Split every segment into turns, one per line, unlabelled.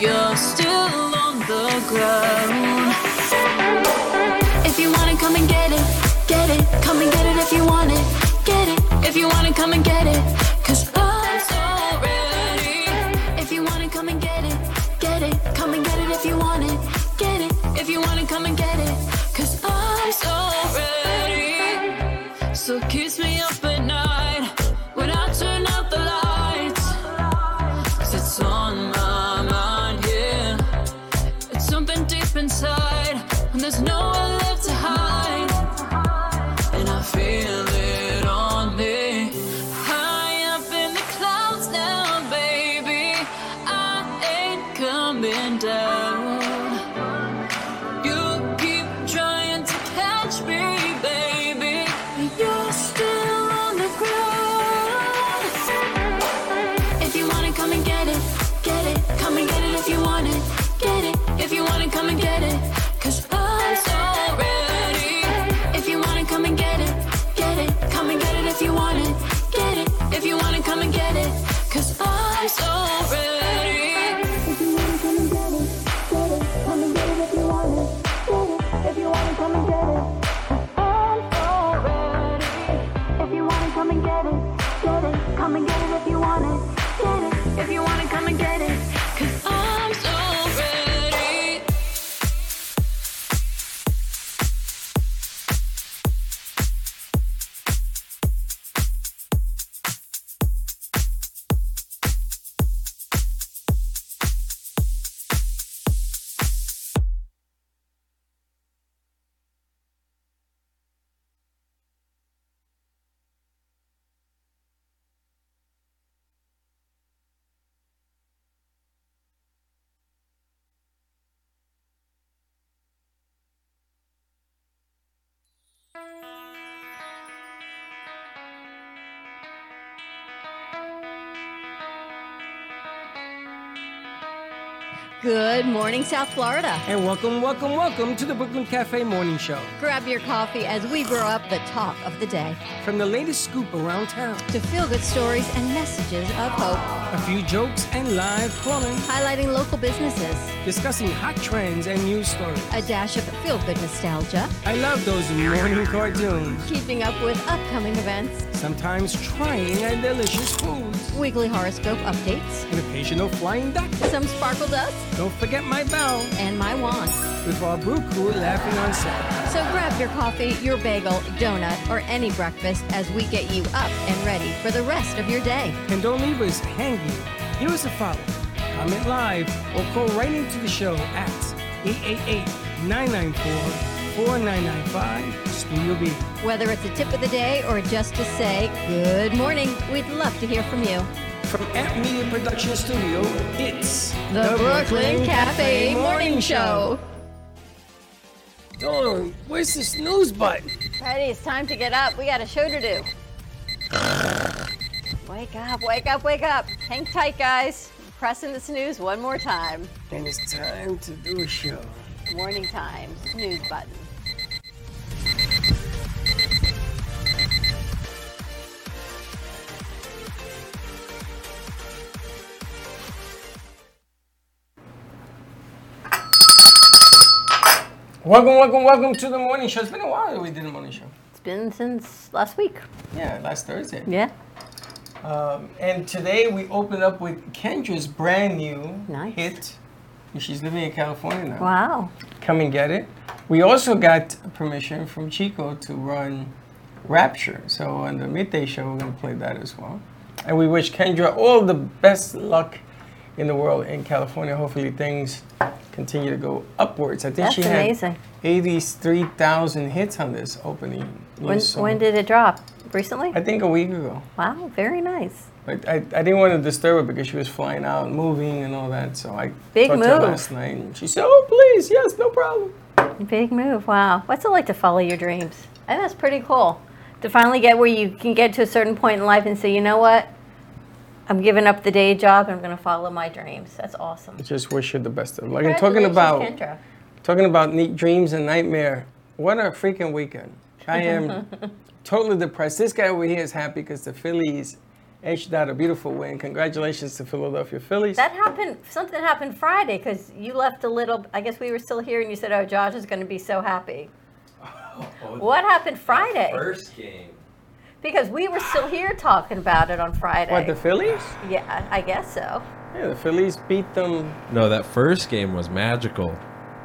you're still on the ground. If you want it, come and get it, get it, come and get it if you want it, get it. If you want it, come and get it, cause love's already. If you want it, come and get it, get it, come and get it if you want it, get it. If you want it, come and get it, cause I'm so ready. So kiss me up at night when I turn out the lights. 'Cause it's on my mind, yeah. It's something deep inside when there's nowhere left to hide. And I feel it on me. High up in the clouds now, baby. I ain't coming down. You keep trying to catch me, baby. but You're still on the ground. If you want it, come and get it. Get it. Come and get it if you want it. Get it. If you want it, come and get it. Cause I'm so ready. If you want it, come and get it. Get it. Come and get it if you want it. Get it. If you want it, come and get it. Cause I'm so ready. If you wanna come and get it, get it, come and get it if you want it, get it, if you wanna come and get it. I'm so ready. If you wanna come and get it, get it, come and get it if you want it, get it, if you wanna come and get it. Cause I'm so ready.
Good morning, South Florida.
And welcome, welcome, welcome to the Brooklyn Cafe Morning Show.
Grab your coffee as we brew up the talk of the day
From the latest scoop around town,
to feel good stories and messages of hope,
a few jokes and live calling,
highlighting local businesses,
discussing hot trends and news stories.
a dash of feel good nostalgia,
I love those morning cartoons,
keeping up with upcoming events,
sometimes trying and delicious foods,
weekly horoscope updates,
an occasional flying duck.
some sparkle dust,
Don't forget my bell
and my wand.
with our brew crew laughing on set.
So grab your coffee, your bagel, donut, or any breakfast as we get you up and ready for the rest of your day.
And don't leave us hanging. Give us a follow, comment live, or call right into the show at 888-994-4995 Studio B.
Whether it's a tip of the day or just to say good morning, we'd love to hear from you.
From At Media Production Studio, it's
The, Brooklyn Cafe Morning Show.
Oh, where's the snooze button?
Ready, it's time to get up. We got a show to do. wake up, wake up, wake up. Hang tight, guys. Pressing the snooze one more time.
And it's time to do a show.
Morning time, snooze button.
Welcome, welcome, welcome to the morning show. It's been a while that we did a morning show.
It's been since last week.
Yeah, last Thursday.
Yeah,
Um, and today we open up with Kendra's brand new
Nice.
hit. She's living in California now.
wow.
Come and get it. We also got permission from Chico to run Rapture. So on the midday show, we're going to play that as well. And we wish Kendra all the best luck in the world in California. Hopefully things continue to go upwards. I think
That's
she had
amazing.
83,000 hits on this opening. new
When,
song.
when did it drop? Recently?
I think a week ago.
Wow, very nice.
But I, I didn't want to disturb her because she was flying out, and moving, and all that. So I
Big
talked to her
move.
last night, and she said, "Oh, please, yes, no problem."
Big move. Wow. What's it like to follow your dreams? I think that's pretty cool. To finally get where you can get to a certain point in life and say, you know what? I'm giving up the day job and I'm going to follow my dreams. That's awesome.
Just wish her the best of luck. And talking about
Congratulations, Kendra.
talking about neat dreams and nightmare. What a freaking weekend! I am totally depressed. This guy over here is happy because the Phillies H. Dot, a beautiful win. Congratulations to Philadelphia Phillies.
That happened. Something happened Friday because you left a little. I guess we were still here, and you said, "Oh, Josh is going to be so happy."
Oh,
What happened Friday?
First game.
Because we were still here talking about it on Friday.
what, the Phillies?
yeah, I guess so.
Yeah, the Phillies beat them.
No, that first game was magical.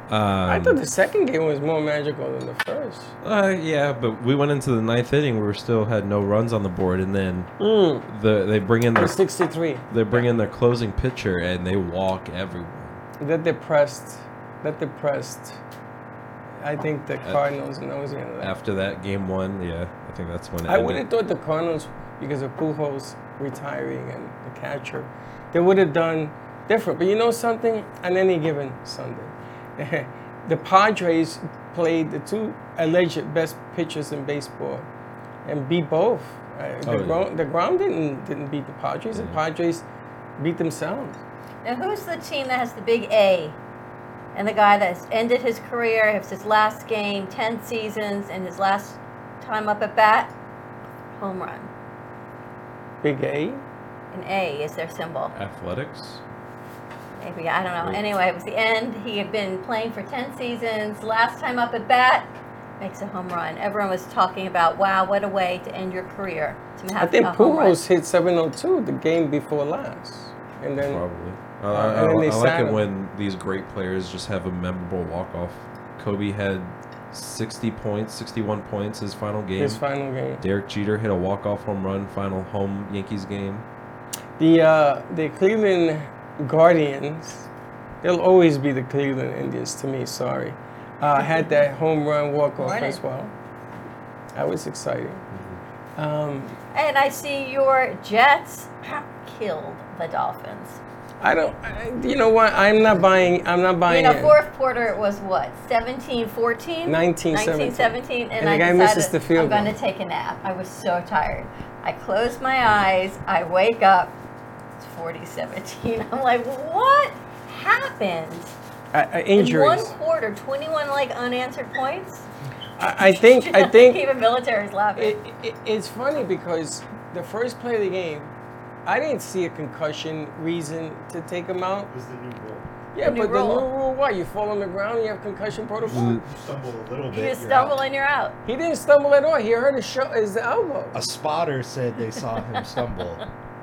Um,
I thought the second game was more magical than the first.
uh, yeah, but we went into the ninth inning. We were still had no runs on the board, and then
Mm,
the they bring in
the
their
63.
they bring in their closing pitcher, and they walk everyone.
That depressed. That depressed. I think
uh,
the Cardinals knows the end of that.
After that game one, yeah, I think that's when it
I
ended.
would have thought the Cardinals, because of Pujols retiring and the catcher, they would have done different. But you know something? On any given Sunday, the Padres played the two alleged best pitchers in baseball, and beat both. Uh, the,
Oh, yeah.
ground, the ground didn't didn't beat the Padres. The Padres beat themselves.
Now, who's the team that has the big A? And the guy that's ended his career, it's his last game, 10 seasons, and his last time up at bat, home run.
Big A.
An A is their symbol.
athletics.
Maybe, I don't know. Anyway, it was the end. He had been playing for 10 seasons. Last time up at bat, makes a home run. Everyone was talking about, wow, what a way to end your career. To
I
have
think
a home run.
Pujols hit 702 the game before last, and then
Probably. I,
Uh,
I,
and then
I
they sat
like
him.
it when these great players just have a memorable walk off. Kobe had 60 points, 61 points his final game.
his final game.
Derek Jeter hit a walk off home run, final home Yankees game.
The uh, the Cleveland Guardians, they'll always be the Cleveland Indians to me. Sorry, uh, had that home run walk off
Morning.
as well. That was exciting. Um,
And I see your Jets killed the Dolphins.
I don't. I, you know what? I'm not buying. I'm not
You
buying.
know,
it.
fourth quarter it was what, 17 14?
19,
1917. And,
And the
I
guy
decided
misses the field
I'm going
goal.
to take a nap. I was so tired. I close my eyes. I wake up. It's 40 17. I'm like, what happened?
I, I,
In one
injuries.
quarter, 21 like unanswered points?
I, I think. I think.
Even military's laughing.
It, it, it's funny because the first play of the game, I didn't see a concussion reason to take him out.
was the new rule.
Yeah,
new
but the
rule.
new rule, what? You fall on the ground, you have concussion
Mm.
protocol.
You stumble a little bit.
you just
you're out.
stumble and you're out.
He didn't stumble at all. He hurt his, sho his elbow.
A spotter said they saw him stumble,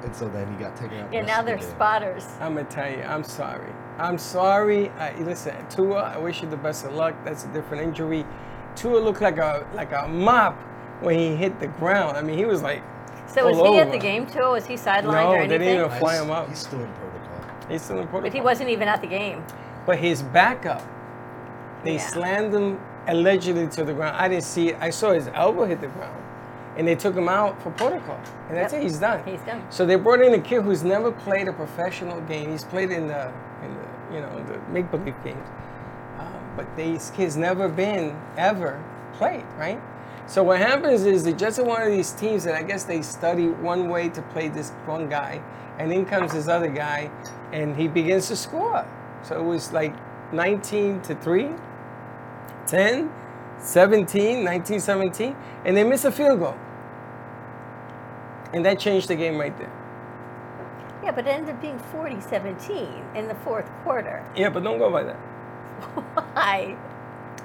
and so then he got taken out. the
Yeah,
rest
now
of the
they're
game.
spotters.
I'm gonna tell you, I'm sorry. I'm sorry. I, listen, Tua, I wish you the best of luck. That's a different injury. Tua looked like a like a mop when he hit the ground. I mean, he was like,
So was
all
he at the
over.
game too? Was he sidelined
No,
or
they didn't
anything?
even
I
Fly
s-
him up.
He's still in protocol.
he's still in protocol.
But he wasn't even at the game.
But his backup, they
Yeah.
slammed him allegedly to the ground. I didn't see it. I saw his elbow hit the ground, and they took him out for protocol. And that's
Yep.
it. He's done.
He's done.
So they brought in a kid who's never played a professional game. He's played in the, in the you know, the make believe games. Um, but these kids never been ever played, right? So what happens is the Jets are one of these teams that I guess they study one way to play this one guy, and in comes this other guy, and he begins to score. So it was like 19 to 3, 10, 17, 19, 17, and they miss a field goal. And that changed the game right there.
Yeah, but it ended up being 40 17 in the fourth quarter.
Yeah, but don't go by that.
Why?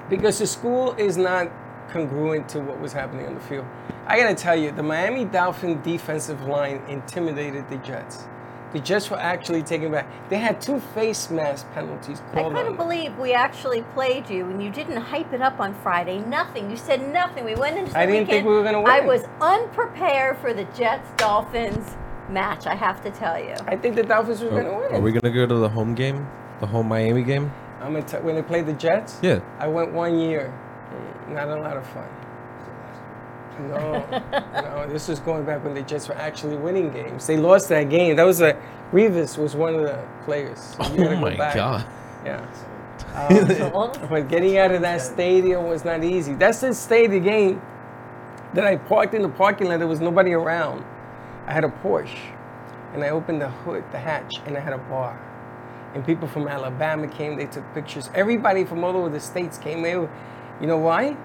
because the school is not congruent to what was happening on the field. I gotta tell you, the Miami Dolphin defensive line intimidated the Jets. The Jets were actually taken back. They had two face mask penalties
I
called on
couldn't
them.
believe we actually played you and you didn't hype it up on Friday. Nothing. You said nothing. We went into the
I didn't think
weekend.
we were gonna
I
win.
was unprepared for the Jets Dolphins match, I have to tell you.
I think the Dolphins were gonna win.
Are we gonna go to the home game, the home Miami game?
I'm gonna t- when they played the Jets.
Yeah.
I went one year. Mm, Not a lot of fun. No, no. This was going back when the Jets were actually winning games. They lost that game. That was a Revis was one of the players. You gotta
Oh
go
my
back.
god!
Yeah.
Well,
But getting out of that stadium was not easy. That's the stadium game that I parked in the parking lot. There was nobody around. I had a Porsche, and I opened the hood, the hatch, and I had a bar. And people from Alabama came. They took pictures. Everybody from all over the states came. They were- you know why?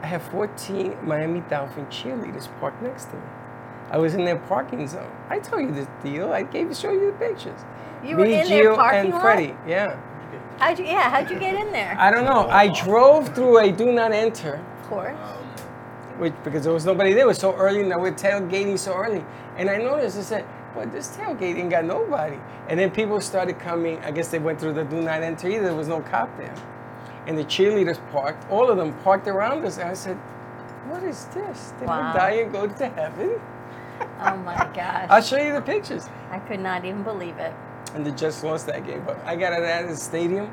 I have 14 Miami Dolphin cheerleaders parked next to me. I was in their parking zone. I told you this deal. I gave show you the pictures.
You were
Me,
in
Gio,
their parking
and
lot.
Freddie. Yeah.
How'd you, yeah, how'd you get in there?
I don't know. I drove through a do not enter,
of course.
which because there was nobody there. It was so early, and we're tailgating so early. And I noticed, I said, "Well, this tailgate ain't got nobody." And then people started coming. I guess they went through the do not enter either. There was no cop there, and the cheerleaders parked. All of them parked around us. And I said, "What is this? Did I
Wow.
die and go to heaven?"
Oh my
I'll
gosh.
show you the pictures.
I could not even believe it.
and they just lost that game. But I got out of the stadium.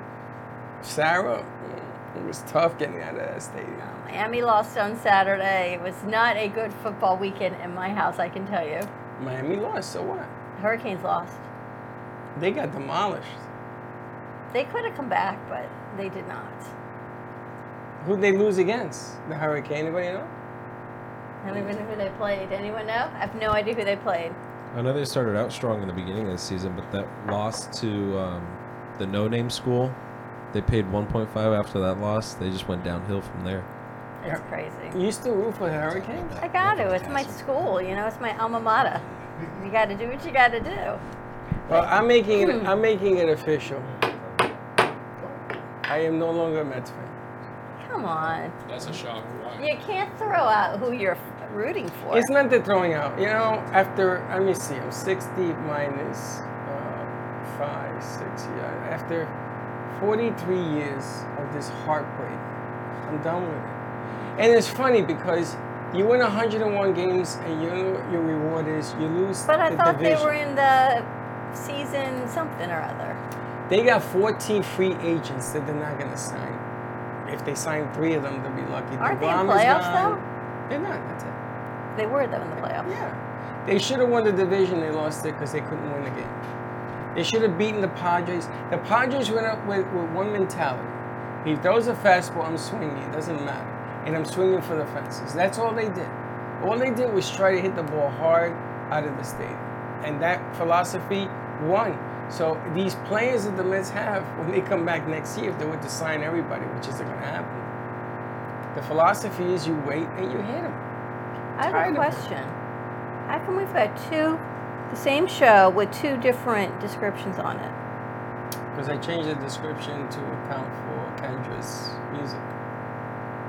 Sarah, mm, it was tough getting out of that stadium.
Oh, Miami lost on Saturday. It was not a good football weekend in my house, I can tell you.
Miami lost, so what?
Hurricanes lost.
They got demolished.
They could have come back, but they did not.
Who'd they lose against? The Hurricane? Anybody know?
I don't even know who they played. Anyone know? I have no idea who they played.
I know they started out strong in the beginning of the season, but that loss to um, the no name school, they paid 1.5 after that loss. They just went downhill from there.
It's crazy.
You still root for the Hurricane?
I got to. It's my school, you know, it's my alma mater. You got to do what you got to do.
Well, I'm making it. I'm making it official. I am no longer a Mets fan.
Come on.
That's a shock. Why?
You can't throw out who you're f- rooting for.
It's not the throwing out. You know, after let me see, I'm 60 minus uh, five, six. Yeah, after 43 years of this heartbreak, I'm done with it. And it's funny because you win 101 games, and you know your reward is you lose.
but I
the
thought
division.
they were in the season something or other.
They got 14 free agents that they're not going to sign. If they sign three of them, they'll be lucky.
Aren't they in
DeGrom is
playoffs,
gone.
though?
They're not. That's it.
They were, though, in the playoffs.
Yeah. They should have won the division. They lost it because they couldn't win the game. They should have beaten the Padres. The Padres went up with, with one mentality. He throws a fastball, I'm swinging. It doesn't matter. And I'm swinging for the fences. That's all they did. All they did was try to hit the ball hard out of the stadium. And that philosophy won. So these players that the Mets have, when they come back next year, if they were to sign everybody, which isn't going to happen, the philosophy is you wait and you hit them.
I have
Tired
a
of
question. How come we've got two, the same show with two different descriptions on it?
Because I changed the description to account for Kendra's music.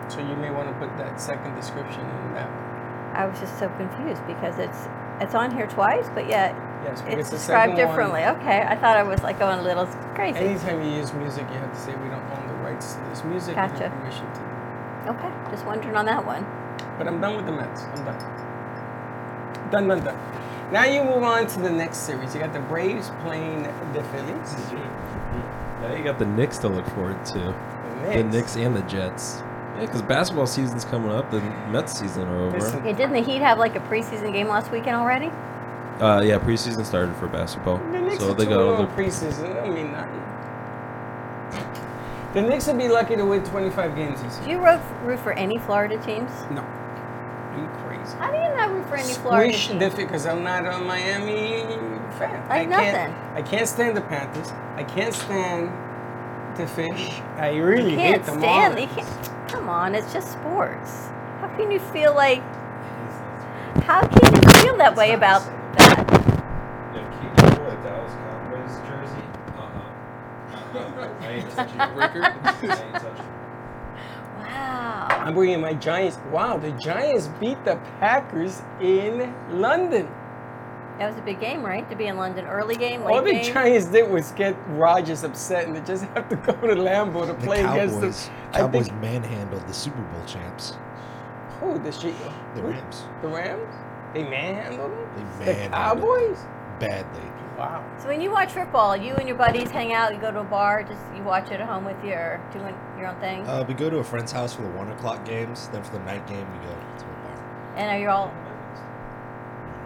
So you may want to put that second description in that one.
I was just so confused because it's it's on here twice, but yet
Yes, because
it's
the second
described differently.
One,
Okay, I thought I was like going a little crazy.
anytime you use music, you have to say we don't own the rights to this music. We
Gotcha.
have permission to do
Okay, just wondering on that one.
it. But I'm done with the Mets. I'm done. Done, done, done. Now you move on to the next series. You got the Braves playing the Phillies.
Now you got the Knicks to look forward to. The Knicks and the Jets. Yeah, because basketball season's coming up. The Mets season are over.
Listen.
Yeah, didn't the Heat have like a preseason game last weekend already?
Uh, yeah, preseason started for basketball.
The Knicks
so
are
they
two
go.
and oh preseason. That don't mean nothing. The Knicks would be lucky to win 25 games this year.
Do you root, root for any Florida teams?
No. Are you crazy?
How do you not root for any Florida
Squish
teams?
because I'm not a Miami fan.
Like nothing.
Can't, I can't stand the Panthers. I can't stand the Fish. I really
you
hate
can't
them
stand.
all.
You can't, come on, it's just sports. How can you feel like? How can you feel that way about that? Uh-uh. Wow.
I'm bringing my Giants. Wow, the Giants beat the Packers in London.
That was a big game, right? To be in London, early game, late
All the
game.
Giants did was get Rodgers upset and they just have to go to Lambeau to
The
play against them.
Cowboys,
I
Cowboys
think-
manhandled the Super Bowl champs,
Who? The, Chi-
the
who?
Rams,
The Rams? They manhandled them?
They
the
manhandled
Cowboys?
badly.
Wow.
so when you watch football, you and your buddies hang out. You go to a bar, just you watch it at home with your doing your own thing.
Uh, we go to a friend's house for the one o'clock games. Then for the night game, we go to a bar.
and are you all?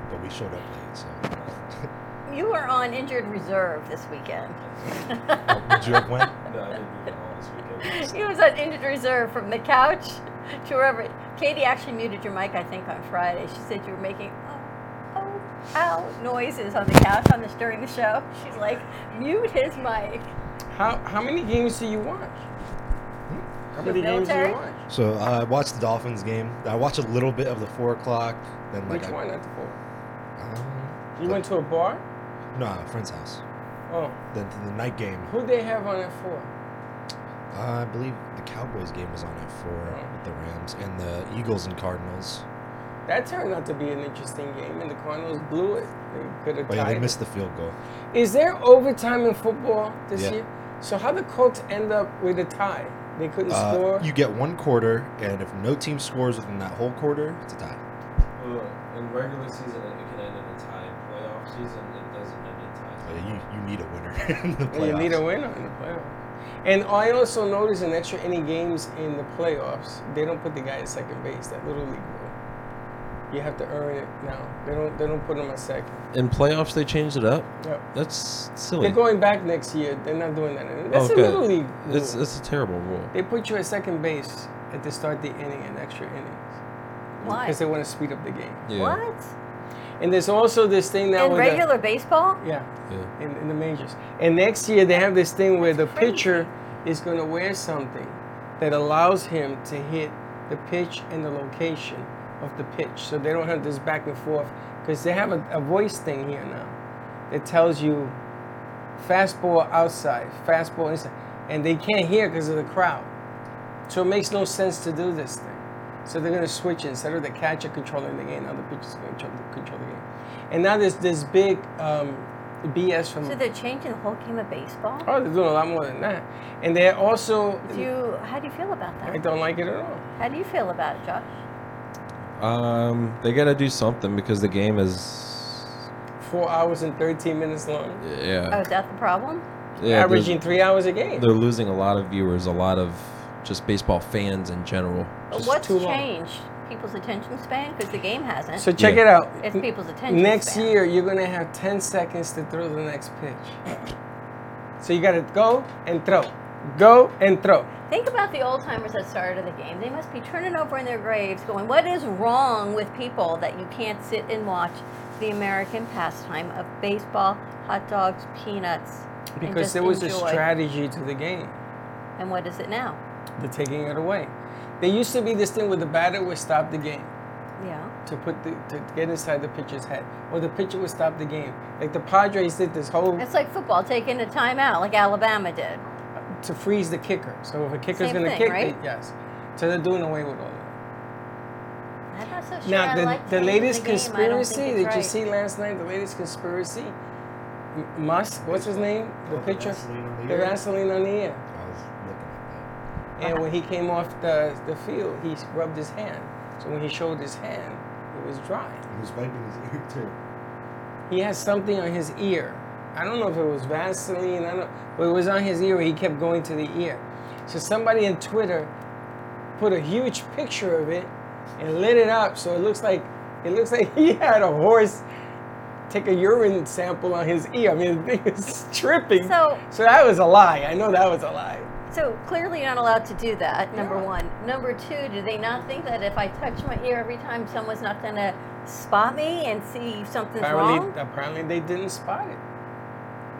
But we showed up late, so
You were on injured reserve this weekend.
Oh,
the joke went.
He was on injured reserve from the couch to wherever. Katie actually muted your mic, I think, on Friday. She said you were making oh, oh, ow noises on the couch on this during the show. She's like, mute his mic.
How how many games do you watch? Hmm? How
The
many games do
military?
you watch?
So uh, I watched the Dolphins game. I watched a little bit of the four o'clock. Then like
Which
I,
one at the four?
Um,
You went to a bar?
no, a friend's house.
Oh,
Then to the night game,
who they have on it for?
uh, I believe the Cowboys game was on at
Oh.
four with the Rams and the Eagles and Cardinals.
That turned out to be an interesting game, and the Cardinals blew it. They could have
But Oh, yeah, they
tied.
missed the field goal.
it. Is there overtime in football this
Yeah.
year? So how the Colts end up with a tie? They couldn't
Uh,
score.
you get one quarter, and if no team scores within that whole quarter, it's a tie.
in regular season, it can end in a tie. Playoff season, it doesn't end in ties.
But Oh, You, you need a winner in the
And
playoffs.
you need a winner in the playoffs. And I also noticed in extra inning games in the playoffs, they don't put the guy at second base. That little league rule. You have to earn it now. They don't. They don't put him at second.
In playoffs, they changed it up.
Yep.
That's silly.
They're going back next year. They're not doing that. anymore. That's
Okay.
a little league rule.
Oh, It's, it's a terrible rule.
they put you at second base at the start of the inning and extra innings
Why?
because they want to speed up the game.
Yeah,
What?
And there's also this thing now
In
with the-
regular baseball?
yeah.
Yeah.
in, in the majors. And next year they have this thing where the pitcher is going to wear something that allows him to hit the pitch and the location of the pitch. So they don't have this back and forth because they have a, a voice thing here now that tells you fastball outside, fastball inside, and they can't hear because of the crowd. So it makes no sense to do this thing. So they're going to switch instead of the catcher controlling the game, now the pitcher's going to control the game. And now there's this big um, BS from
So they're changing the whole game of baseball?
Oh, they're doing a lot more than that. And they're also.
Do you, how do you feel about
I
that?
don't like it at all.
How do you feel about it, Josh?
Um, they got to do something because the game is.
Four hours and 13 minutes long,
Oh,
Yeah.
is that the problem?
yeah
averaging
they're,
three hours a game.
they're losing a lot of viewers, a lot of just baseball fans in general.
But
Just
What's
too long.
changed? People's attention span? Because the game hasn't.
So check
Yeah.
it out.
it's people's attention
Next
span.
year, you're going to have 10 seconds to throw the next pitch. So you got to go and throw. Go and throw.
Think about the old timers that started the game. They must be turning over in their graves going, What is wrong with people that you can't sit and watch the American pastime of baseball, hot dogs, peanuts? and
Because
just
there was
enjoy?"
a strategy to the game.
And what is it now?
They're taking it away. There used to be this thing where the batter would stop the game.
Yeah.
to put the, to get inside the pitcher's head, or the pitcher would stop the game. Like the Padres did this whole
It's like football taking a timeout, like Alabama did.
to freeze the kicker. So if a kicker's
Same
going to
thing,
kick,
right?
they, yes. So they're doing away with all that.
I'm not so sure.
now
I
the,
like
the
changing
latest
the game. I don't
conspiracy
think it's
did you
right.
see last night? The latest conspiracy, M- Musk. What's his name? The
Oh, the
pitcher.
Vaseline on the
The
ear.
Vaseline on the ear.
I was looking at
Uh-huh.
And when he came off the the field, he rubbed his hand. So when he showed his hand, it was dry.
that. He was wiping his ear too.
He has something on his ear. I don't know if it was Vaseline, I don't but it was on his ear. He kept going to the ear. So somebody in Twitter put a huge picture of it and lit it up so it looks like it looks like he had a horse take a urine sample on his ear. I mean, the thing is tripping.
So-
that was a lie. I know that was a lie.
So clearly you're not allowed to do that, number
No.
one. Number two, do they not think that if I touch my ear every time, someone's not going to spot me and see if something's
Apparently,
wrong?
apparently they didn't spot it.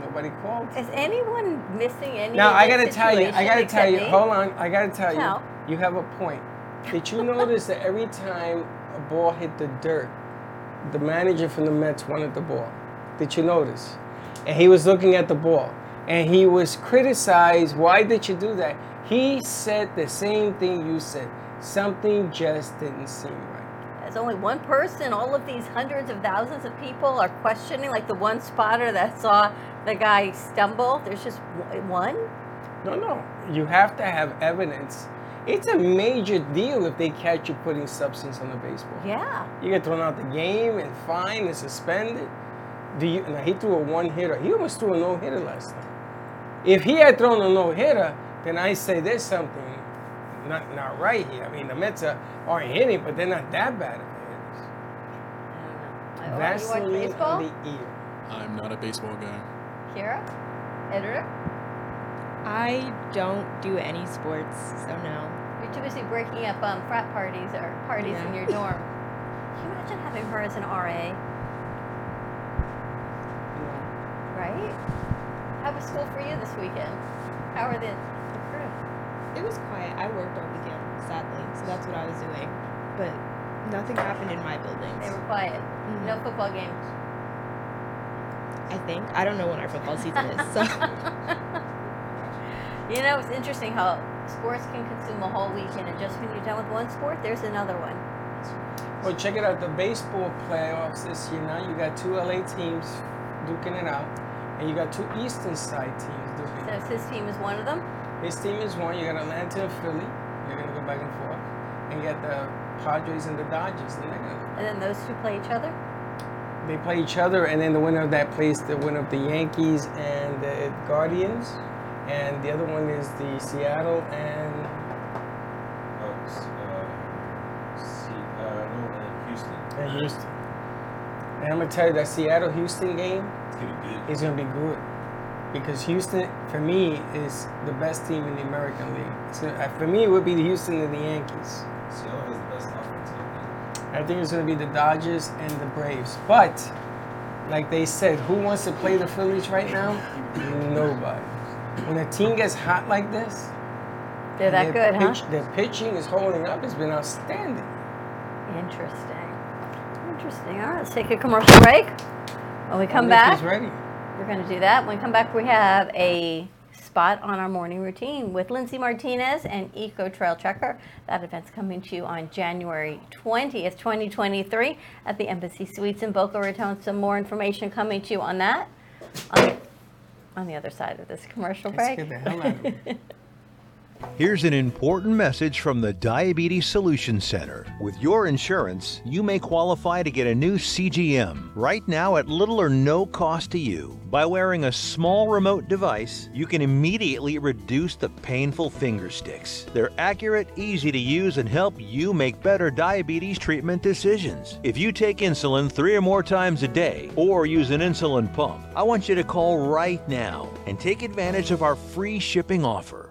Nobody called.
Is anyone missing any?
Now
of
I
this
gotta tell you, I
situation
gotta
except
tell you.
me?
Hold on, I gotta tell
No.
you. You have a point. Did you notice that every time a ball hit the dirt, the manager from the Mets wanted the ball? Did you notice? And he was looking at the ball, and he was criticized. Why did you do that? He said the same thing you said. Something just didn't seem right.
There's only one person. All of these hundreds of thousands of people are questioning. Like the one spotter that saw the guy stumble. There's just w- one.
No, no. You have to have evidence. It's a major deal if they catch you putting substance on the baseball.
Yeah.
You get thrown out the game and fined and suspended. Do you? Now he threw a one hitter. He almost threw a no hitter last time. If he had thrown a no hitter, then I say there's something not not right here. I mean the Mets are, aren't hitting, but they're not that bad of hitters.
I don't know. Why- why- Oh, You watch
Vaseline
baseball,
on the ear.
I'm not a baseball guy.
Kira, editor.
I don't do any sports, so no.
You're too busy breaking up um, frat parties or parties in
Yeah.
your dorm. Can you imagine having her as an RA? Right? How was school for you this weekend? How are the, the crew?
It was quiet. I worked all weekend, sadly, so that's what I was doing. But Nothing happened in my
They were
buildings.
quiet. No football games.
I think I don't know when our football season is. So
You know, it's interesting how sports can consume a whole weekend, and just when you're done with one sport, there's another one.
Well, check it out. The baseball playoffs this year now. You got two LA teams duking it out, and you got two Eastern side teams duking it
So
out.
if his team is one of them,
His team is one. You got Atlanta and Philly. They're gonna go back and forth, and you got the Padres and the Dodgers. And they're gonna,
and then those two play each other.
they play each other, and then the winner of that plays the winner of the Yankees and the Guardians, and the other one is the Seattle and
Oh, s- uh, Seattle and Houston.
And Houston. And I'm gonna tell you that Seattle Houston game
It's gonna be good.
is gonna be good because Houston, for me, is the best team in the American League. So uh, for me, it would be the Houston and the Yankees.
Seattle has the best offense. I
I think it's gonna be the Dodgers and the Braves. But like they said, who wants to play the Phillies right now? Nobody. When a team gets hot like this,
They're
their
that good,
pitch-
huh?
Their pitching is holding up. It's been outstanding.
Interesting. Interesting. All right, let's take a commercial break. When we come
Wonder if
back,
he's ready.
we're going to do that. When we come back, we have a spot on our morning routine with Lindsay Martinez and Eco Trail Trekker. That event's coming to you on January 20th, 2023, at the Embassy Suites in Boca Raton. Some more information coming to you on that on, on the other side of this commercial
Let's
break.
get the hell out of here.
Here's an important message from the Diabetes Solution Center. With your insurance, you may qualify to get a new CGM right now at little or no cost to you. By wearing a small remote device, you can immediately reduce the painful finger sticks. They're accurate, easy to use, and help you make better diabetes treatment decisions. If you take insulin three or more times a day or use an insulin pump, I want you to call right now and take advantage of our free shipping offer.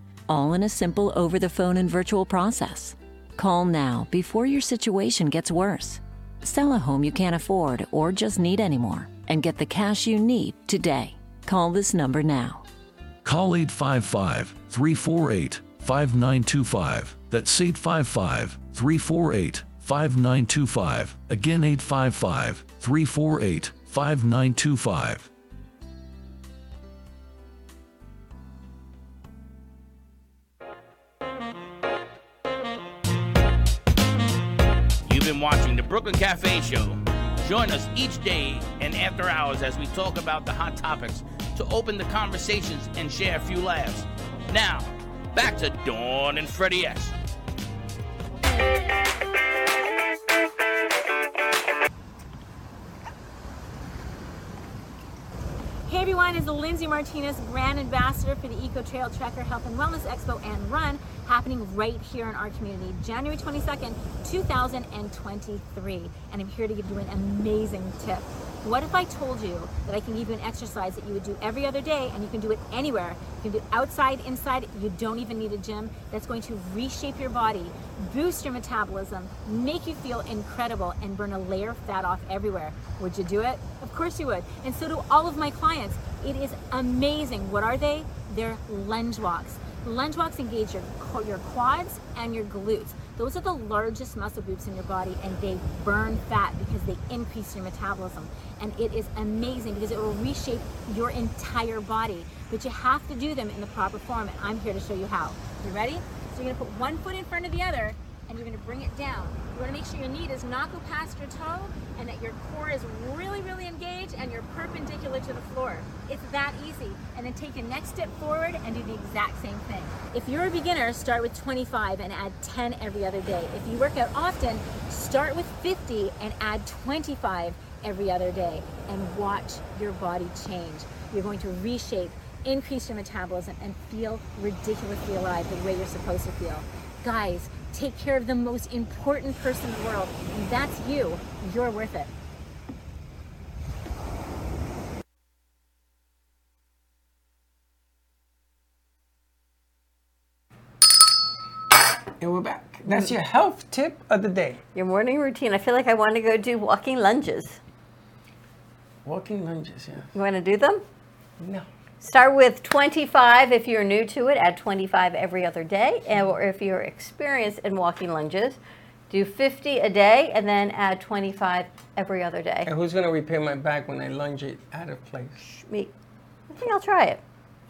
all in a simple over the phone and virtual process. Call now before your situation gets worse. Sell a home you can't afford or just need anymore and get the cash you need today. Call this number now.
Call 855 348 5925. That's 855 348 5925. Again, 855 348 5925.
You've been watching the Brooklyn Cafe Show. Join us each day and after hours as we talk about the hot topics to open the conversations and share a few laughs. Now, back to Dawn and Freddie S.
Hey everyone, is the Lindsay Martinez brand ambassador for the Eco Trail Tracker Health and Wellness Expo and Run happening right here in our community, January 22nd, 2023. And I'm here to give you an amazing tip. What if I told you that I can give you an exercise that you would do every other day and you can do it anywhere? You can do it outside, inside, you don't even need a gym. That's going to reshape your body, boost your metabolism, make you feel incredible, and burn a layer of fat off everywhere. Would you do it? Of course you would. And so do all of my clients. It is amazing. What are they? They're lunge walks. Lunge walks engage your, qu- your quads and your glutes. Those are the largest muscle groups in your body and they burn fat because they increase your metabolism. And it is amazing because it will reshape your entire body. But you have to do them in the proper form and I'm here to show you how. You ready? So you're gonna put one foot in front of the other and you're gonna bring it down. You wanna make sure your knee does not go past your toe and that your core is really, really engaged and you're perpendicular to the floor. It's that easy. And then take the next step forward and do the exact same thing. If you're a beginner, start with 25 and add 10 every other day. If you work out often, start with 50 and add 25 every other day and watch your body change. You're going to reshape increase your metabolism and feel ridiculously alive the way you're supposed to feel. guys, take care of the most important person in the world, and that's you. You're worth it.
And we're back. That's your health tip of the day.
Your morning routine. I feel like I want to go do walking lunges.
Walking lunges, yeah.
You want to do them?
No.
Start with 25 if you're new to it, add 25 every other day, and- or if you're experienced in walking lunges, do 50 a day and then add 25 every other day.
And who's gonna repair my back when I lunge it out of place?
Me. I think I'll try it.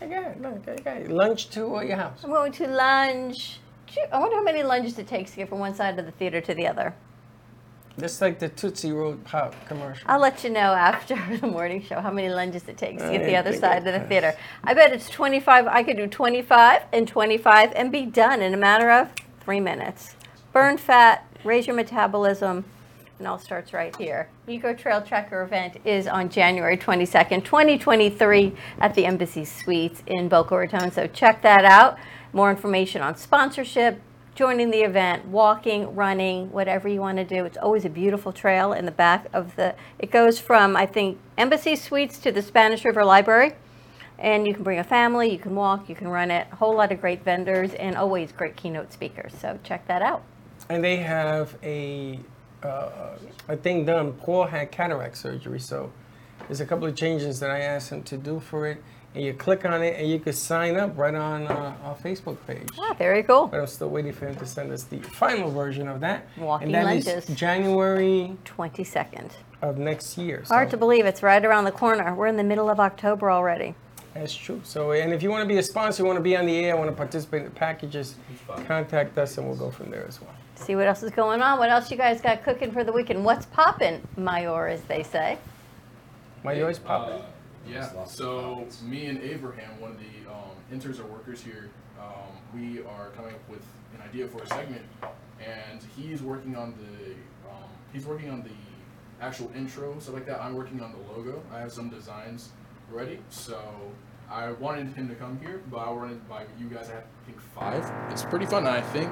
Okay, look, okay. Lunge to uh, your house.
I'm going to lunge. Gee, I wonder how many lunges it takes to get from one side of the theater to the other.
That's like the Tootsie Road Pop commercial.
I'll let you know after the morning show how many lunges it takes to get the
I
other
think
side
it-
of the theater. I bet it's 25. I could do 25 and 25 and be done in a matter of three minutes. Burn fat, raise your metabolism, and all starts right here. Eco Trail Tracker event is on January 22nd, 2023, at the Embassy Suites in Boca Raton. So check that out. More information on sponsorship, joining the event, walking, running, whatever you want to do. It's always a beautiful trail in the back of the. It goes from I think Embassy Suites to the Spanish River Library, and you can bring a family. You can walk. You can run it. A whole lot of great vendors and always great keynote speakers. So check that out.
And they have a uh, a thing done. Paul had cataract surgery, so there's a couple of changes that I asked him to do for it. And you click on it, and you could sign up right on uh, our Facebook page.
Ah, very cool.
But I'm still waiting for him to send us the final version of that.
Walking
and that is
lunges.
January
22nd
of next year. So
Hard to believe it's right around the corner. We're in the middle of October already.
that's true. So, and if you want to be a sponsor, you want to be on the air, want to participate in the packages, contact us, and we'll go from there as well.
See what else is going on. What else you guys got cooking for the weekend? What's poppin', Mayor, as they say.
My yours popping.
Uh, yeah. So me and Abraham, one of the um, interns or workers here, um, we are coming up with an idea for a segment, and he's working on the um, he's working on the actual intro, stuff like that. I'm working on the logo. I have some designs ready, so I wanted him to come here, but I wanted by you guys. I have I think five. It's pretty fun, I think.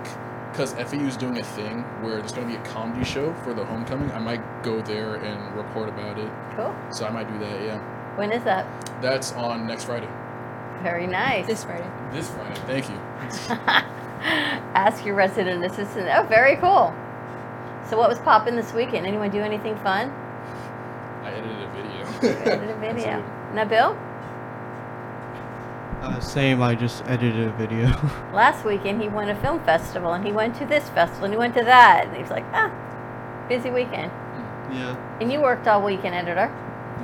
Because FAU is doing a thing where there's going to be a comedy show for the homecoming. I might go there and report about it.
Cool.
So I might do that, yeah.
When is that?
That's on next Friday.
Very nice.
This Friday.
This Friday. Thank you.
Ask your resident assistant. Oh, very cool. So, what was popping this weekend? Anyone do anything fun?
I edited a
I
video.
Edited a video. Now, Bill,
Uh, same. I just edited a video.
last weekend he won a film festival and he went to this festival and he went to that. And he was like, ah, busy weekend.
yeah.
And you worked all weekend, editor.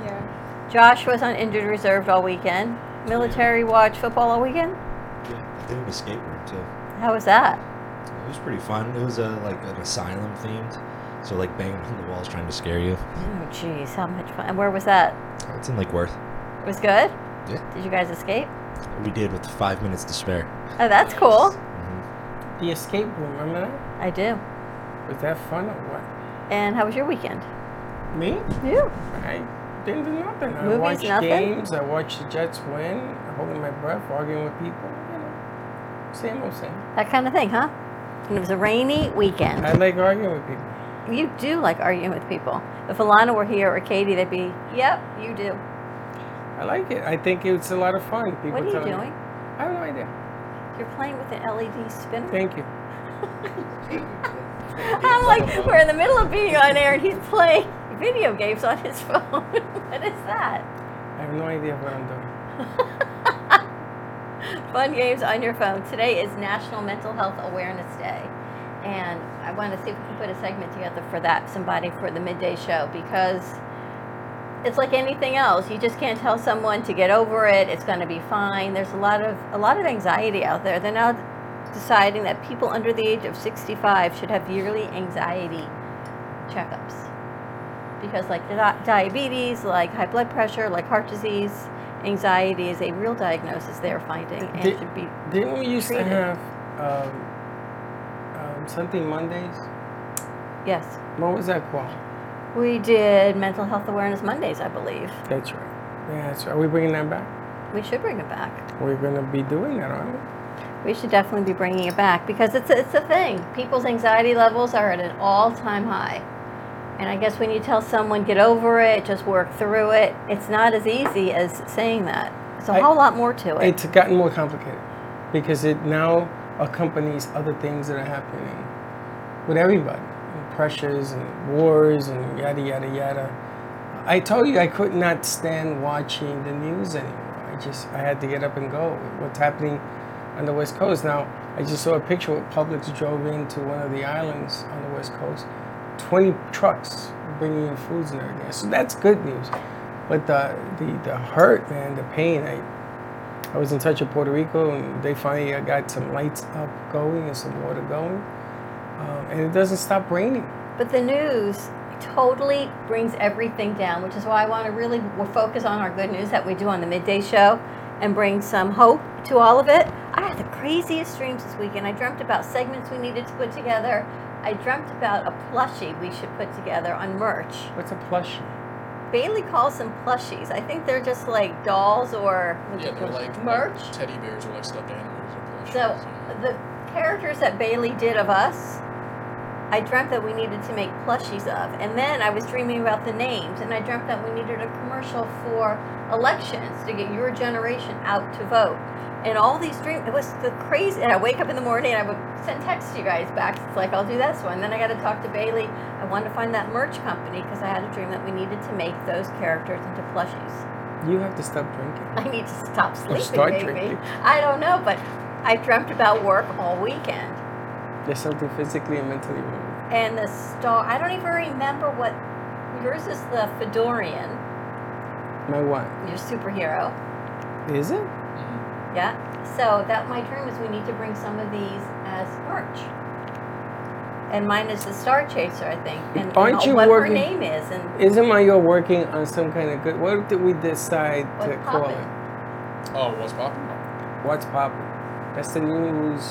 Yeah.
Josh was on injured reserve all weekend. Military watch football all weekend.
I did an escape room too.
How was that?
It was pretty fun. It was uh, like an asylum themed, so like banging on the walls trying to scare you.
Oh, jeez, how much fun. And where was that?
It's in Lake Worth.
It was good?
Yeah.
Did you guys escape?
We did with five minutes to spare.
Oh, that's cool.
The escape room, remember that?
I do.
Was that fun or
And how was your weekend?
what? Me?
Yeah.
I didn't do nothing. I
Movies,
watched
nothing?
games. I watched the Jets win. Holding my breath, arguing with people. You know, same old same.
That kind of thing, huh? And it was a rainy weekend.
I like arguing with people.
You do like arguing with people. If Alana were here or Katie, they'd be, yep, you do.
I like it. I think it's a lot of fun. People
what are you
tell me-
doing?
I have no idea.
You're playing with an LED spinner?
Thank you.
I'm like, we're in the middle of being on air and he's playing video games on his phone. what is that?
I have no idea what I'm doing.
Fun games on your phone. Today is National Mental Health Awareness Day. And I want to see if we can put a segment together for that, somebody for the midday show, because it's like anything else. You just can't tell someone to get over it. It's going to be fine. There's a lot of a lot of anxiety out there. They're now deciding that people under the age of 65 should have yearly anxiety checkups because like di- diabetes, like high blood pressure, like heart disease, anxiety is a real diagnosis they're finding and
Did-
should be
Didn't we used
treated.
to have um, um, something Mondays?
Yes,
What was that called?
we did mental health awareness Mondays, I believe.
That's right. Yeah, that's right. Are we bringing that back?
We should bring it back.
We're gonna be doing that, aren't we?
We should definitely be bringing it back because it's a, it's a thing. People's anxiety levels are at an all time high. And I guess when you tell someone get over it, just work through it, it's not as easy as saying that. It's a
I-
whole lot more to it.
It's gotten more complicated because it now accompanies other things that are happening with everybody And pressures and wars and yada, yada, yada. I told you I could not stand watching the news anymore. I just, I had to get up and go. What's happening on the West Coast? Now, I just saw a picture where Publix drove into one of the islands on the West Coast, 20 trucks bringing in foods and everything. So that's good news. But the, the, the hurt, man, the pain, I, I was in touch with Puerto Rico, and they finally uh, got some lights up going and some water going. Um, and it doesn't stop raining.
But the news totally brings everything down, which is why I want to really w- focus on our good news that we do on the midday show and bring some hope to all of it. I had the craziest dreams this weekend. I dreamt about segments we needed to put together. I dreamt about a plushie we should put together on merch.
What's a plushie?
Bailey calls them plushies. I think they're just like dolls or
Yeah, they're like
merch.
like teddy bears or like stuffed animals or plush.
So the characters that Bailey did of us, I dreamt that we needed to make plushies of, and then I was dreaming about the names, and I dreamt that we needed a commercial for elections to get your generation out to vote. And all these dreams, it was the crazy. And I wake up in the morning and I would send texts to you guys back. It's like, I'll do this one. Then I got to talk to Bailey. I wanted to find that merch company because I had a dream that we needed to make those characters into plushies.
You have to stop drinking.
I need to stop sleeping,
start
maybe.
drinking.
I don't know, but I dreamt about work all weekend.
There's something physically and mentally wrong.
And the star, I don't even remember what, yours is the Fedorian,
My what?
your superhero.
Is it?
Yeah. So that my dream is we need to bring some of these as merch. And mine is the Star Chaser, I think. And, and
Aren't you
what
working?
her name is. And
Isn't my you're working on some kind of good? What did we decide to
What's
call
Poppin'?
it? Oh, what's popping? What's popping? That's the news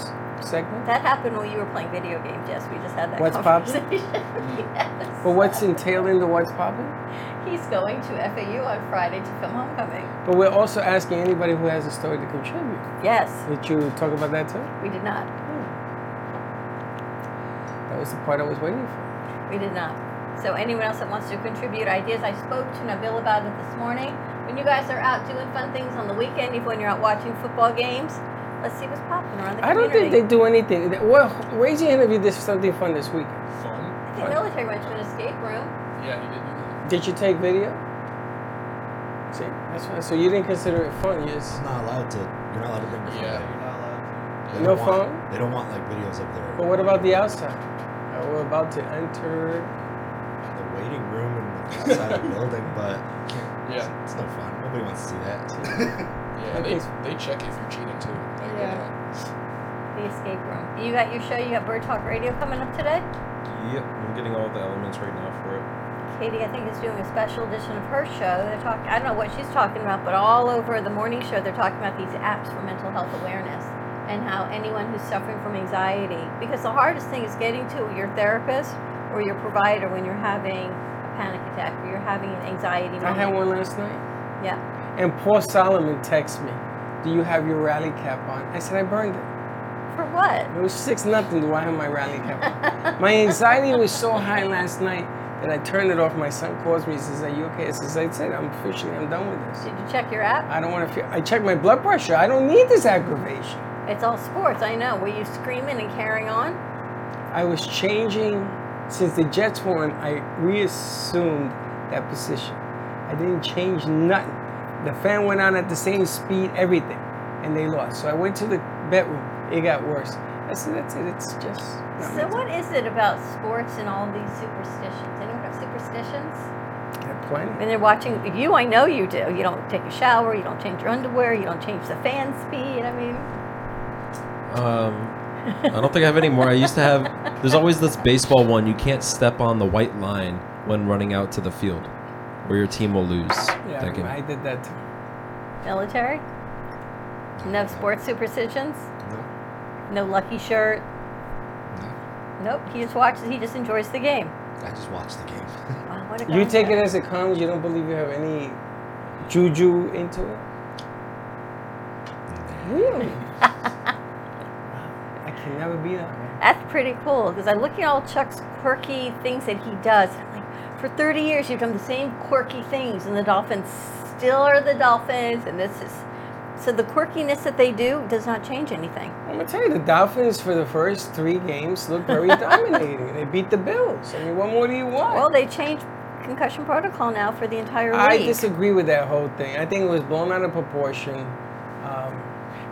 segment.
that happened when you were playing video games, yes. We just had that
What's Poppin'?
conversation. yes.
But what's entailed in the what's popping?
He's going to FAU on Friday to film Homecoming.
But we're also asking anybody who has a story to contribute.
Yes.
Did you talk about that too?
We did not.
That was the part I was waiting for.
We did not. So anyone else that wants to contribute ideas, I spoke to Nabil about it this morning. When you guys are out doing fun things on the weekend, even when you're out watching football games, let's see what's popping around the
I don't think
community.
they do anything. They- Well, raise your hand if you did something fun this week. Fun?
I think military went to an escape room.
Yeah, he did.
Did you take video? See, that's why. So you didn't consider it fun, yes?
not allowed to. You're not allowed to bring your phone. Yeah, you're not allowed
No
want,
phone?
They don't want like videos of their
But what about the outside? Uh, We're about to enter.
the waiting room and like, outside a building, but you can't.
Yeah.
it's, it's no fun. Nobody wants to see that.
Yeah, they, they check if you're cheating too. Like, they're
Yeah.
not-
The escape room. You got your show, you got Bird Talk Radio coming up today.
Yep, I'm getting all the elements right now for it.
Katie, I think, is doing a special edition of her show. They're talking, I don't know what she's talking about, but all over the morning show, they're talking about these apps for mental health awareness and how anyone who's suffering from anxiety, because the hardest thing is getting to your therapist or your provider when you're having a panic attack or you're having an anxiety.
I had
moment.
one last night.
Yeah.
And Paul Solomon texts me, Do you have your rally cap on? I said, I burned it.
For what?
It was six nothing. Do I have my rally cap? on? my anxiety was so high last night that I turned it off. My son calls me. He says, "Are you okay?" I says, "That's it. I'm officially. I'm done with this.
Did you check your app?
I don't want to feel. I checked my blood pressure. I don't need this aggravation.
It's all sports, I know. Were you screaming and carrying on?
I was changing since the Jets won. I reassumed that position. I didn't change nothing. The fan went on at the same speed, everything, and they lost. So I went to the bedroom. It got worse. I said, "That's it. It's just." not my
So, what is it about sports and all these superstitions? Anyone have superstitions?
time. I had plenty.
And they're watching you. I know you do. You don't take a shower. You don't change your underwear. You don't change the fan speed. I mean,
Um, I don't think I have any more. I used to have. There's always this baseball one. You can't step on the white line when running out to the field, or your team will lose.
Yeah,
that game.
I did that too.
military. No sports superstitions. No. lucky shirt. No. Nope. He just watches. He just enjoys the game.
I just watched the game.
Wow, what a
You
guy.
take it as it comes. You don't believe you have any juju into it. Really? can never be that way.
That's pretty cool because I look at all Chuck's quirky things that he does. And I'm like, for 30 years, you've done the same quirky things, and the dolphins still are the dolphins. And this is so the quirkiness that they do does not change anything.
I'm gonna tell you, the Dolphins for the first three games looked very dominating. They beat the Bills. I mean, what more do you want?
Well, they changed concussion protocol now for the entire league.
I disagree with that whole thing. I think it was blown out of proportion. Um,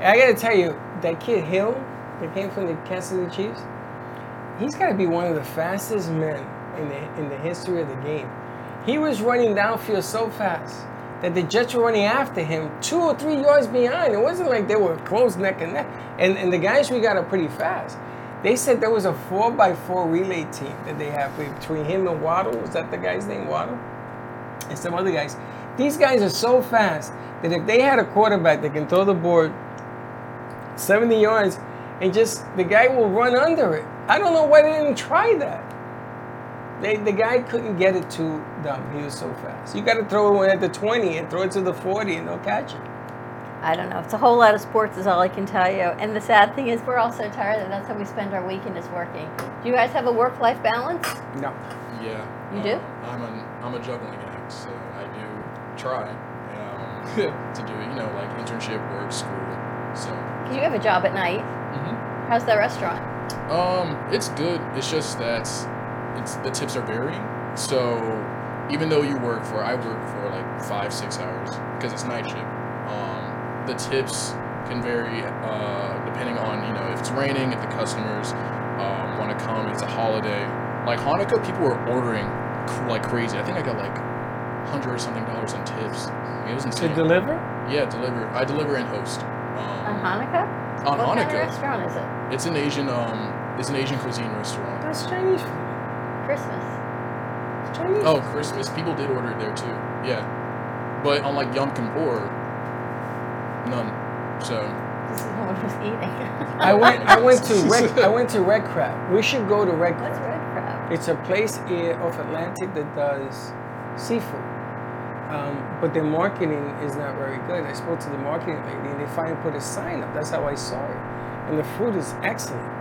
and I gotta tell you, that kid Hill, that came from the Kansas City Chiefs, he's gotta be one of the fastest men in the in the history of the game. He was running downfield so fast that the Jets were running after him two or three yards behind. It wasn't like they were close neck and neck. And and the guys we got are pretty fast. They said there was a four by four relay team that they have between him and Waddle. Was that the guy's name, Waddle? And some other guys. These guys are so fast that if they had a quarterback that can throw the board 70 yards and just the guy will run under it. I don't know why they didn't try that. They, the guy couldn't get it to them. He was so fast. You got to throw it one at the 20 and throw it to the 40 and they'll catch it.
I don't know. It's a whole lot of sports, is all I can tell you. And the sad thing is, we're all so tired that that's how we spend our weekend is working. Do you guys have a work life balance?
No.
Yeah.
You
uh,
do?
I'm an I'm a juggling act, so I do try um, to do you know like internship, work, school. So
'Cause you have a job at night. Mm-hmm. How's that restaurant?
um, it's good. It's just that it's the tips are varying. So even though you work for I work for like five six hours because it's night shift. Um, the tips can vary uh, depending on you know if it's raining, if the customers um, want to come, it's a holiday. Like Hanukkah, people were ordering cr- like crazy. I think I got like hundred or something dollars in tips. I mean, it was insane.
deliver?
Yeah, deliver. I deliver and host. Um,
On Hanukkah?
On
what kind of
Hanukkah.
restaurant is it?
it's an Asian um, it's an Asian cuisine restaurant.
That's Chinese food.
Christmas.
It's Chinese.
Oh, Christmas. People did order it there too. Yeah, but on like Yom Kippur, none. So
This is what I was eating.
I went. I went to Red. I went to Red Crab. We should go to Red Crab.
What's red crab?
It's a place here off Atlantic that does seafood, um, but their marketing is not very good. I spoke to the marketing lady, and they finally put a sign up. That's how I saw it, and the food is excellent,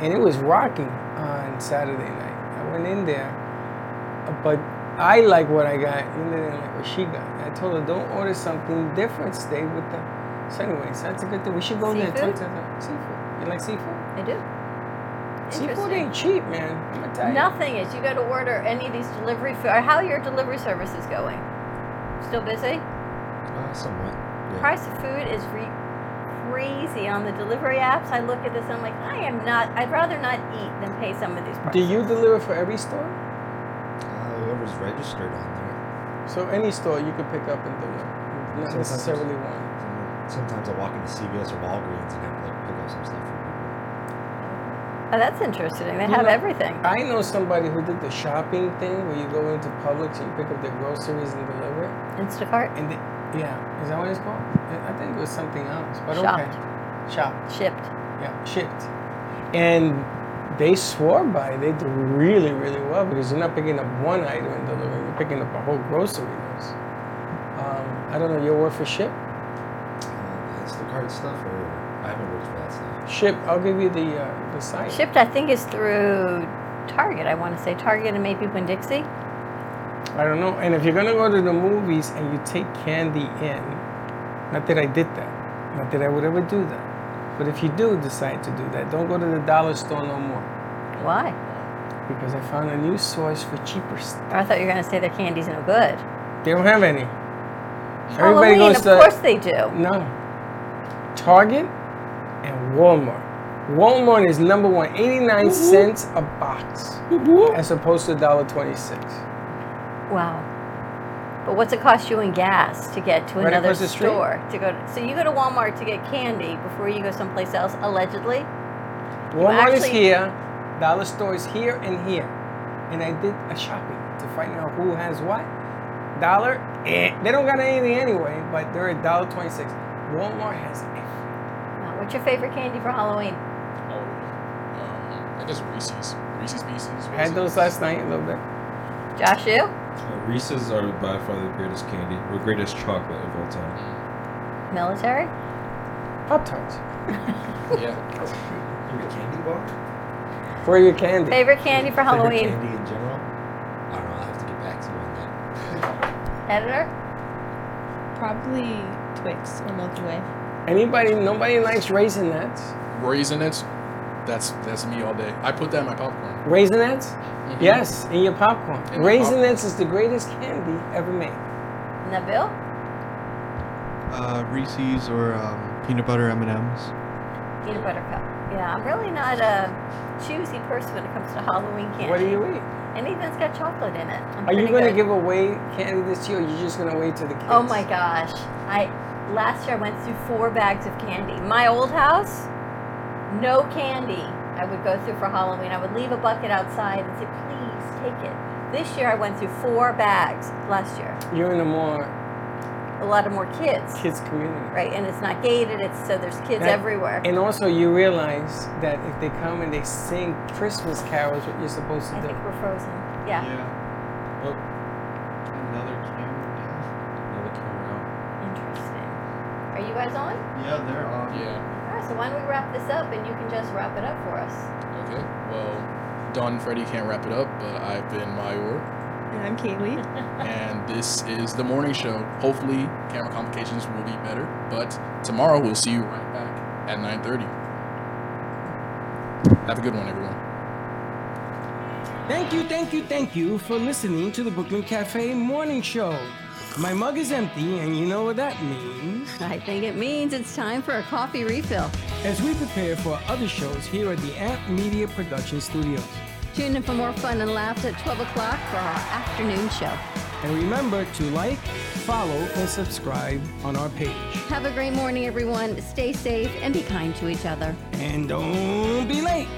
and it was rocking on Saturday night. I went in there, uh, but I like what I got, and then I like what she got. I told her don't order something different. Stay with the. So anyway, so that's a good thing. We should go there.
Seafood?
Too, Seafood. You like seafood?
I do.
Seafood
Interesting.
ain't cheap, man. I'm gonna tell you.
Nothing is. You got to order any of these delivery food. Or how are your delivery services going? Still busy?
Uh, somewhat. Yeah.
Price of food is re- crazy on the delivery apps. I look at this and I'm like, I am not. I'd rather not eat than pay some of these prices.
Do you deliver for every store?
Uh, whoever's registered on there.
So any store you could pick up and deliver. Not
Sometimes.
necessarily one.
Sometimes I walk into CVS or Walgreens and have to like pick up some stuff for
Oh, that's interesting. They
You
have
know,
everything.
I know somebody who did the shopping thing where you go into Publix and you pick up their groceries and deliver it.
Instacart,
And they, yeah, is that what it's called? I I think it was something else, but okay. Shopped.
shipped.
Yeah, shipped. And they swore by it. They do really, really well because you're not picking up one item and delivering. You're picking up a whole grocery list. Um, I don't know your word for ship.
people. Uh, the Instacart stuff, or I haven't worked for that stuff.
Ship. I'll give you the uh, the site.
Shipped, I think, is through Target. I want to say Target and maybe Winn Dixie.
I don't know. And if you're gonna go to the movies and you take candy in, not that I did that, not that I would ever do that, but if you do decide to do that, don't go to the dollar store no more
Why?
because I found a new source for cheaper stuff.
I thought you were going to say their candy's no good.
They don't have any.
Halloween, of course they do.
No. Target and Walmart. Walmart is number one, 89 cents a box, as opposed to $1.26.
Wow. But what's it cost you in gas to get to
Right
another
across the street.
store to go? To, so you go to Walmart to get candy before you go someplace else, allegedly.
Walmart is
actually-
here, dollar store is here and here. And I did a shopping to find out who has what. Dollar, eh. They don't got anything anyway, but they're at dollar twenty-six. Walmart has everything.
Now, Uh, what's your favorite candy for Halloween?
um, I guess Reese's, Reese's Pieces.
I had those last night a little bit.
Josh, you?
Uh, Reese's are by far the greatest candy or greatest chocolate of all time.
Military?
Pop Tarts.
Oh,
Yeah.
Favorite candy bar?
For your candy.
Favorite candy for Halloween?
Favorite candy in general? I don't know. I'll have to get back to you on that.
Editor?
Probably Twix or Milky Way.
Anybody? Nobody likes raisin nuts.
Raisinets, that's that's me all day. I put that in my popcorn.
Raisinets? Yes, in Mm-hmm. your popcorn.
In my
Raisinets is the greatest candy ever made.
Nabil?
Uh, Reese's or um, peanut butter M&Ms.
Peanut butter cup. Yeah, I'm really not a choosy person when it comes to Halloween candy.
What do you eat?
Anything that's got chocolate in it. I'm
Are you
pretty
going to
good.
give away candy this year, or you're just going to wait till the kids?
Oh my gosh! I last year I went through four bags of candy. My old house, no candy. I would go through for Halloween. I would leave a bucket outside and say, "Please take it." This year I went through four bags. Last year,
You're in a more
a lot of more kids,
kids community,
right? And it's not gated. It's so there's kids
That-
everywhere.
And also, you realize that if they come and they sing Christmas carols, what you're supposed to do.
We're frozen. Yeah.
Another camera.
Another camera
Interesting. Are you guys on?
Yeah, they're on.
Yeah.
All right. So why don't we wrap this up and you can just wrap it up for us.
Okay. Well, Don and Freddie can't wrap it up, but I've been Mayor,
And I'm Kaylee.
and this is the morning show. Hopefully, camera complications will be better, but tomorrow we'll see you right back at 9:30. Have a good one, everyone.
Thank you, thank you, thank you for listening to the Brooklyn Cafe Morning Show. My mug is empty, and you know what that means.
I think it means it's time for a coffee refill.
As we prepare for other shows here at the Amp Media Production Studios.
Tune in for more fun and laughter at 12 o'clock for our afternoon show.
And remember to like, follow, and subscribe on our page.
Have a great morning, everyone. Stay safe and be kind to each other.
And don't be late.